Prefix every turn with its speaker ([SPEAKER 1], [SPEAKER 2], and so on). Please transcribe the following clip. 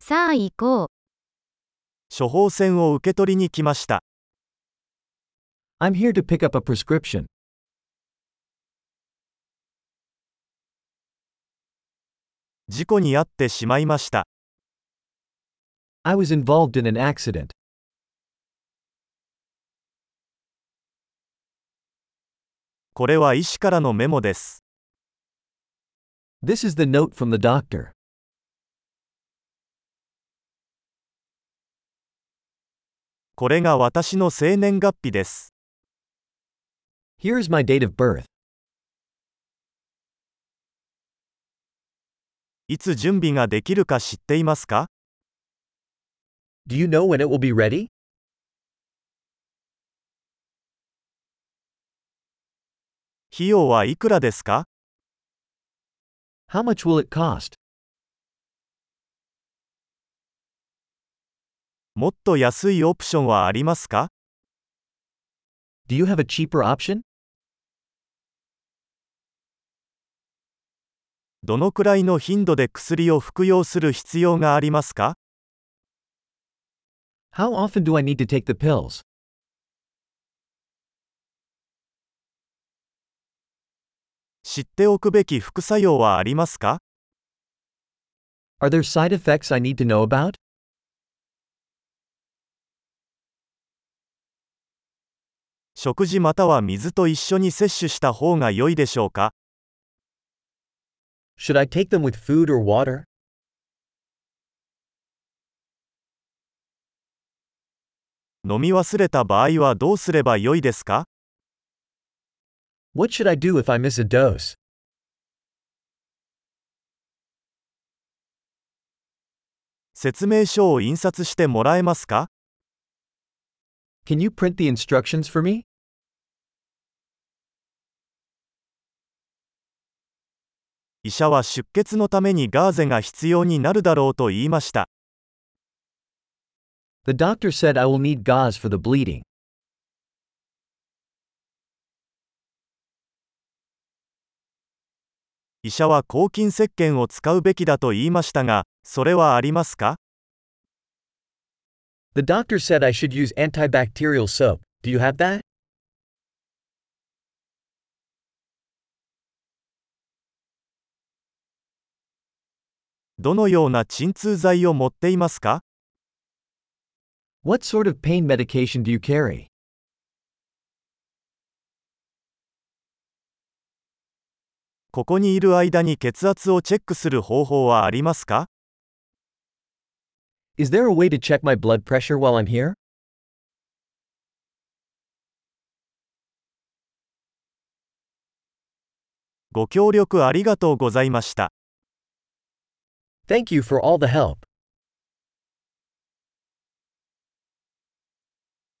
[SPEAKER 1] さあ行こう。
[SPEAKER 2] 処方箋を受け取りに来ました。
[SPEAKER 3] I'm here to pick up a prescription.
[SPEAKER 2] 事故に遭ってしまいました。
[SPEAKER 3] I was involved in an accident.
[SPEAKER 2] これは医師からのメモです。
[SPEAKER 3] This is the note from the doctor.
[SPEAKER 2] これが私の生年月日です。
[SPEAKER 3] Here is my date of birth.
[SPEAKER 2] いつ準備ができるか知っていますか
[SPEAKER 3] Do you know when it will be ready?
[SPEAKER 2] 費用はいくらですか
[SPEAKER 3] How much will it cost?
[SPEAKER 2] もっと安いオプションはありますか
[SPEAKER 3] Do you have a cheaper option?
[SPEAKER 2] どのくらいの頻度で薬を服用する必要がありますか
[SPEAKER 3] How often do I need to take the pills?
[SPEAKER 2] 知っておくべき副作用はありますか
[SPEAKER 3] Are there side effects I need to know about?
[SPEAKER 2] 食事または水と一緒に摂取した方が良いでしょうか
[SPEAKER 3] Should I take them with food or water?
[SPEAKER 2] 飲み忘れた場合はどうすれば良いですか
[SPEAKER 3] What should I do if I miss a dose?
[SPEAKER 2] 説明書を印刷してもらえますか
[SPEAKER 3] Can you print the instructions for me?
[SPEAKER 2] 医者は出血のためにガーゼが必要になるだろうと言いました。
[SPEAKER 3] The doctor said I will need gauze for the bleeding.
[SPEAKER 2] 医者は抗菌石鹸を使うべきだと言いましたが、それはありますか
[SPEAKER 3] The doctor said I should use antibacterial soap. Do you have that?
[SPEAKER 2] どのような鎮痛剤を持っていますか
[SPEAKER 3] What sort of pain medication do you carry?
[SPEAKER 2] ここにいる間に血圧をチェックする方法はありますか
[SPEAKER 3] Is there a way to check my blood pressure while I'm here?
[SPEAKER 2] ご協力ありがとうございました。
[SPEAKER 3] Thank you for all the help.